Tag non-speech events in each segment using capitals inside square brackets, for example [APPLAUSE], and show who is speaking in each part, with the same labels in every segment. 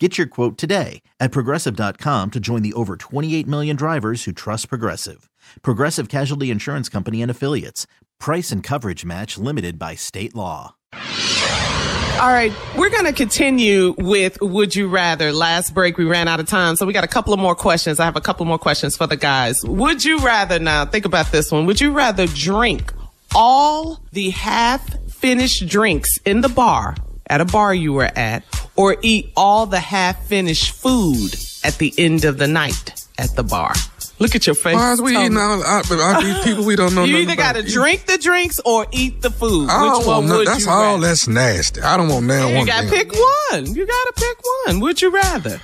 Speaker 1: Get your quote today at progressive.com to join the over 28 million drivers who trust Progressive. Progressive Casualty Insurance Company and Affiliates. Price and coverage match limited by state law.
Speaker 2: All right, we're going to continue with Would You Rather. Last break, we ran out of time, so we got a couple of more questions. I have a couple more questions for the guys. Would you rather now, think about this one, would you rather drink all the half finished drinks in the bar, at a bar you were at, or eat all the half finished food at the end of the night at the bar? Look at your face.
Speaker 3: Why is we
Speaker 2: Tell
Speaker 3: eating
Speaker 2: me.
Speaker 3: all, out, but all these people we
Speaker 2: [LAUGHS]
Speaker 3: don't know
Speaker 2: you
Speaker 3: nothing
Speaker 2: either got to
Speaker 3: about?
Speaker 2: drink the drinks or eat the food.
Speaker 3: I don't
Speaker 2: Which
Speaker 3: want
Speaker 2: one
Speaker 3: no-
Speaker 2: would
Speaker 3: That's
Speaker 2: you
Speaker 3: all
Speaker 2: rather?
Speaker 3: that's nasty. I don't want that
Speaker 2: You
Speaker 3: one.
Speaker 2: gotta
Speaker 3: thing.
Speaker 2: pick one. You gotta pick one. Would you rather?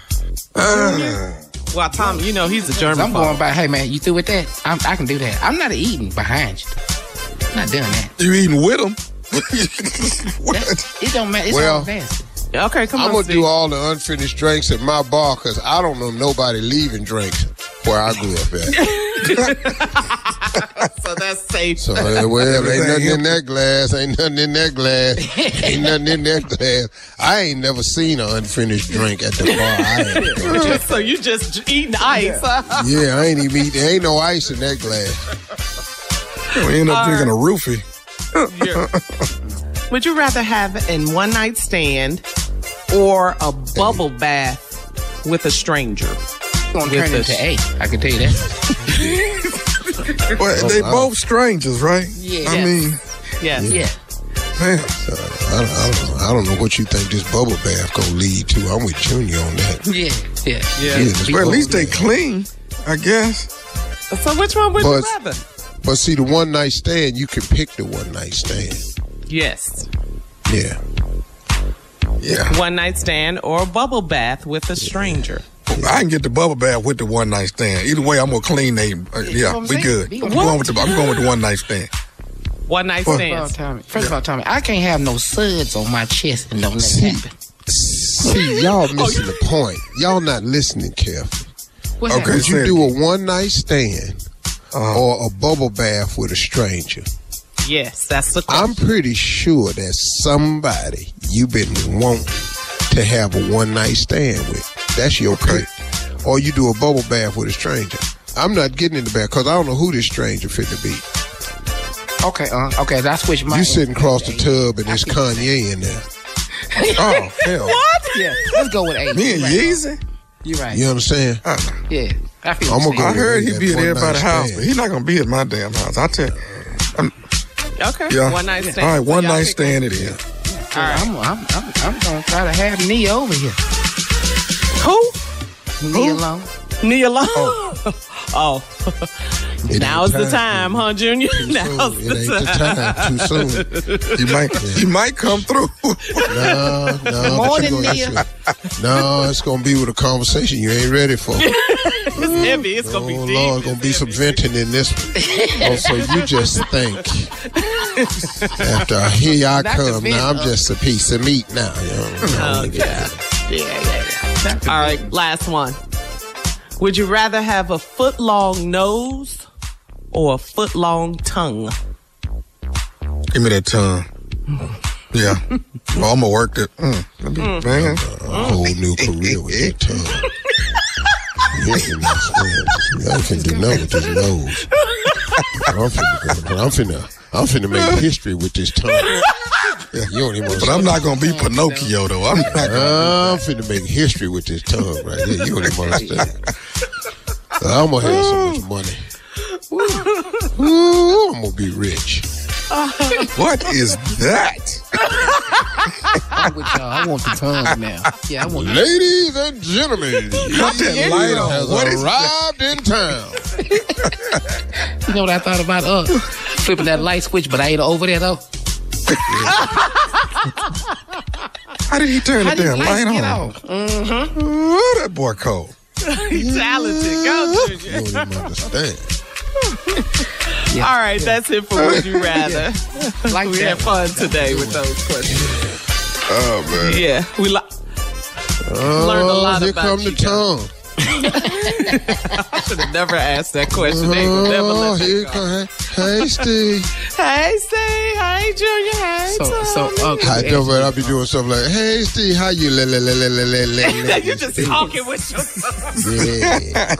Speaker 3: Uh,
Speaker 2: Well, Tom, you know he's a German.
Speaker 4: I'm going by, hey man, you through with that? I'm, I can do that. I'm not eating behind you. I'm not doing that.
Speaker 3: you eating with them?
Speaker 4: That-
Speaker 2: [LAUGHS]
Speaker 3: [LAUGHS] what?
Speaker 4: It don't matter. It's
Speaker 5: Well,
Speaker 4: all nasty.
Speaker 2: Okay, come
Speaker 5: I'm
Speaker 2: on.
Speaker 5: gonna
Speaker 2: Steve.
Speaker 5: do all the unfinished drinks at my bar because I don't know nobody leaving drinks where I grew up at.
Speaker 2: so that's safe. [LAUGHS]
Speaker 5: So uh, well, ain't nothing
Speaker 3: Everything
Speaker 5: in that glass, ain't nothing in that glass, ain't nothing in that glass. I ain't never seen an unfinished drink at the bar. I ain't.
Speaker 2: so you just j- eating ice. huh?
Speaker 5: yeah, I ain't even eat. There ain't no ice in that glass.
Speaker 3: We
Speaker 2: Uh,
Speaker 3: end up drinking a roofie.
Speaker 2: Would you rather have an one night stand or a bubble bath with a stranger?
Speaker 4: It's gonna turn
Speaker 2: this.
Speaker 4: into eight. I can tell you that.
Speaker 3: Well, they
Speaker 5: wow.
Speaker 3: both strangers, right?
Speaker 4: Yeah.
Speaker 3: I mean,
Speaker 2: Yes.
Speaker 4: Yeah.
Speaker 3: man,
Speaker 5: So, I, don't- I, don't, I don't know what you think this bubble bath gonna lead to. I'm with Junior on that.
Speaker 4: Yeah. Yeah.
Speaker 2: Yeah.
Speaker 5: Yeah,
Speaker 3: well, at least they clean, I guess.
Speaker 2: So which one would you
Speaker 5: But-
Speaker 2: rather?
Speaker 5: But see, the one night stand, you can pick the one night stand.
Speaker 2: Yes.
Speaker 5: Yeah. Yeah.
Speaker 2: One night stand or a bubble bath with a stranger.
Speaker 3: I can get the bubble bath with the one night stand. Either way, I'm gonna clean they. Uh, yeah,
Speaker 4: what I'm
Speaker 3: we
Speaker 4: saying.
Speaker 3: good.
Speaker 4: Be
Speaker 3: I'm
Speaker 4: on
Speaker 3: going with the. I'm going with the one night stand.
Speaker 2: One night
Speaker 3: Well-
Speaker 4: First of all,
Speaker 2: stand.
Speaker 4: Tommy, first of all, Tommy, I can't have no suds on my chest and don't let it happen.
Speaker 5: See, y'all missing the point. Y'all not listening carefully.
Speaker 4: What's
Speaker 3: Okay.
Speaker 4: that?
Speaker 5: Could you do a one night stand
Speaker 2: Uh-huh.
Speaker 5: or a bubble bath with a stranger?
Speaker 2: Yes, that's the question.
Speaker 5: I'm pretty sure that somebody you've been wanting to have a one night stand with. That's your pick. Or you do a bubble bath with a stranger. I'm not getting in the bath because I don't know who this stranger finna be.
Speaker 4: Okay. Uh, okay. I switch my.
Speaker 5: You sitting across the tub and there's Kanye
Speaker 2: [LAUGHS]
Speaker 5: in there.
Speaker 3: Oh hell,
Speaker 4: Yeah. Let's go with eight.
Speaker 3: me and
Speaker 4: You're right.
Speaker 3: Yeezy.
Speaker 4: You're right.
Speaker 5: You understand?
Speaker 4: Yeah. I feel.
Speaker 5: I'ma
Speaker 4: what you're
Speaker 5: go
Speaker 3: I
Speaker 4: saying.
Speaker 3: heard he
Speaker 5: That
Speaker 3: be at
Speaker 5: one night
Speaker 3: everybody's house,
Speaker 5: stand.
Speaker 3: but he's not gonna be at my damn house. I tell. You.
Speaker 2: okay.
Speaker 3: Yeah.
Speaker 2: One night stand.
Speaker 3: All right,
Speaker 2: So
Speaker 3: one
Speaker 2: y'all
Speaker 3: night
Speaker 2: pick
Speaker 3: stand it is.
Speaker 4: I'm, I'm, I'm, I'm gonna try to have Nia over here.
Speaker 2: Who?
Speaker 4: Nia alone.
Speaker 2: Nia Long. [LAUGHS] Oh. Now's the time, huh, Junior? [LAUGHS] Now's
Speaker 5: It ain't
Speaker 2: the time.
Speaker 5: the time. Too soon.
Speaker 3: You might,
Speaker 2: [LAUGHS]
Speaker 3: you might come through.
Speaker 5: No, no.
Speaker 4: Morning,
Speaker 5: but you
Speaker 4: Nia.
Speaker 5: gonna- No, it's gonna be with a conversation you ain't ready for.
Speaker 2: It's heavy. It's
Speaker 5: oh
Speaker 2: gonna be deep.
Speaker 5: Lord, it's gonna be some venting in this one. Oh, so you just think. After I hear y'all
Speaker 4: Not the
Speaker 5: come,
Speaker 4: vent,
Speaker 5: now I'm
Speaker 4: uh,
Speaker 5: just a piece of meat now. You know,
Speaker 2: Oh, yeah. Yeah, yeah, yeah. All right, last one. Would you rather have a foot long nose or a foot long
Speaker 5: [LAUGHS]
Speaker 2: tongue?
Speaker 3: Give me that tongue. Yeah. [LAUGHS]
Speaker 5: Oh,
Speaker 3: Well, I'm going to work it. Mm. That'd be- Man.
Speaker 5: A whole new career with that
Speaker 3: [LAUGHS]
Speaker 5: tongue. You ain't gonna understand. Y'all can do nothing with this nose. I'm finna, go- I'm finna, I'm finna make history with this tongue.
Speaker 3: [LAUGHS]
Speaker 5: You don't even
Speaker 3: But I'm not going to be Pinocchio, though. I'm not going to.
Speaker 5: I'm finna make history with this tongue right here. You don't even understand. I'm gonna have so much
Speaker 3: [LAUGHS]
Speaker 5: money. Ooh, I'm gonna be rich.
Speaker 3: What is that?
Speaker 4: I'm with y'all. I want the tongue now. Yeah, I want.
Speaker 5: Ladies and
Speaker 2: [LAUGHS]
Speaker 5: gentlemen,
Speaker 3: Cut that light
Speaker 5: has
Speaker 3: on. What is that?
Speaker 5: arrived in town.
Speaker 4: You know what I thought about? Uh, flipping that light switch, but I ain't over there though.
Speaker 3: How did he turn the damn light
Speaker 4: Get
Speaker 3: on?
Speaker 4: off.
Speaker 3: Ooh, that boy cold.
Speaker 2: Talented. Go, Junior.
Speaker 5: You don't even understand.
Speaker 2: All right, that's it for Would
Speaker 5: [LAUGHS]
Speaker 2: You Rather.
Speaker 4: Like
Speaker 2: We had
Speaker 4: that.
Speaker 2: fun today with those questions.
Speaker 5: Oh man.
Speaker 2: Yeah, we lo-
Speaker 5: Oh,
Speaker 2: [LAUGHS] learned a lot
Speaker 5: here
Speaker 2: about
Speaker 5: come
Speaker 2: you
Speaker 5: the tongue.
Speaker 2: I should have never asked that question. They would never
Speaker 5: oh,
Speaker 2: let
Speaker 5: here
Speaker 2: that go.
Speaker 5: come. Hey, Steve.
Speaker 2: [LAUGHS] Hey, Steve. Hey, Junior. Hey,
Speaker 4: So, so,
Speaker 2: Tommy.
Speaker 4: uh,
Speaker 5: I know, but I'll be doing something like, "Hey, Steve, how you?" Le, le, le, le, le, le, le,
Speaker 2: [LAUGHS] You're just talking with [LAUGHS] yourself.
Speaker 5: yeah.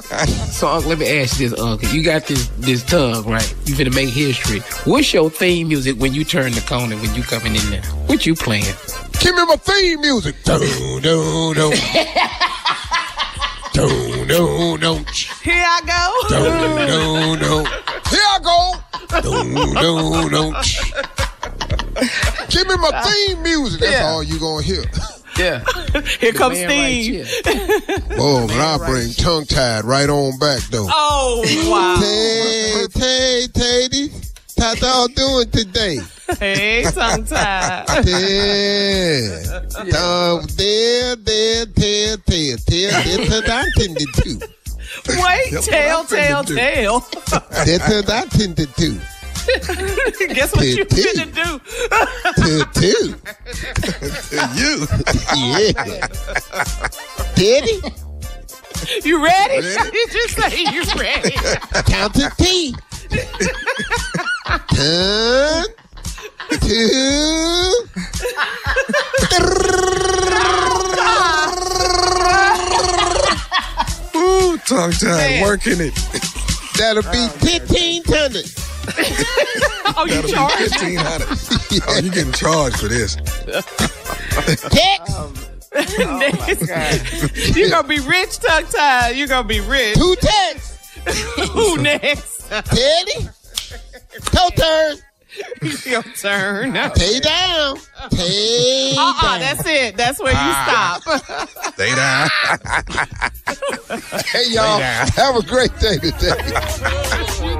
Speaker 4: So, Unc, let me ask you this, Uncle. You got this this tug, right? You finna make history. What's your theme music when you turn the corner when you coming in there? What you playing?
Speaker 5: Give me my theme music. Dun,
Speaker 2: [LAUGHS]
Speaker 5: dun, dun. Dun, dun, dun.
Speaker 2: Here I [LAUGHS] go.
Speaker 5: Dun, dun, dun. Here I go. Dun, dun, dun. Give me my theme music. That's
Speaker 4: Yeah.
Speaker 5: all you gonna hear.
Speaker 4: Yeah.
Speaker 2: Here comes Steve.
Speaker 5: Whoa, but I bring tongue tied right on back though.
Speaker 2: Oh, [LAUGHS] wow.
Speaker 5: Hey, Tay, Tatey, how y'all doing today?
Speaker 2: hey, tongue tied.
Speaker 5: Yeah. Uh, there, there, there, there, there, that's what I tend to do.
Speaker 2: Wait, tell, tell, tell. [LAUGHS]
Speaker 5: That's what I tend to do.
Speaker 2: Guess what you finna do?
Speaker 5: To do. you. Yeah. Daddy,
Speaker 2: You ready? [LAUGHS] You just say you ready.
Speaker 5: count to T. One, two,
Speaker 6: Ooh, tongue tied, working it.
Speaker 5: that'll be 1500.
Speaker 2: Oh, you charged?
Speaker 6: Fifteen hundred. Oh, you getting charged for this?
Speaker 5: Text.
Speaker 2: Oh, next. You're gonna be rich, tongue tied. You're gonna be rich.
Speaker 5: Two texts.
Speaker 2: Who [LAUGHS] next?
Speaker 5: Daddy, toe turn.
Speaker 2: Your turn. Uh
Speaker 5: Pay down. Pay
Speaker 2: uh
Speaker 5: down.
Speaker 2: that's it. That's where you stop.
Speaker 6: They down.
Speaker 5: Hey, y'all. Have a great day today.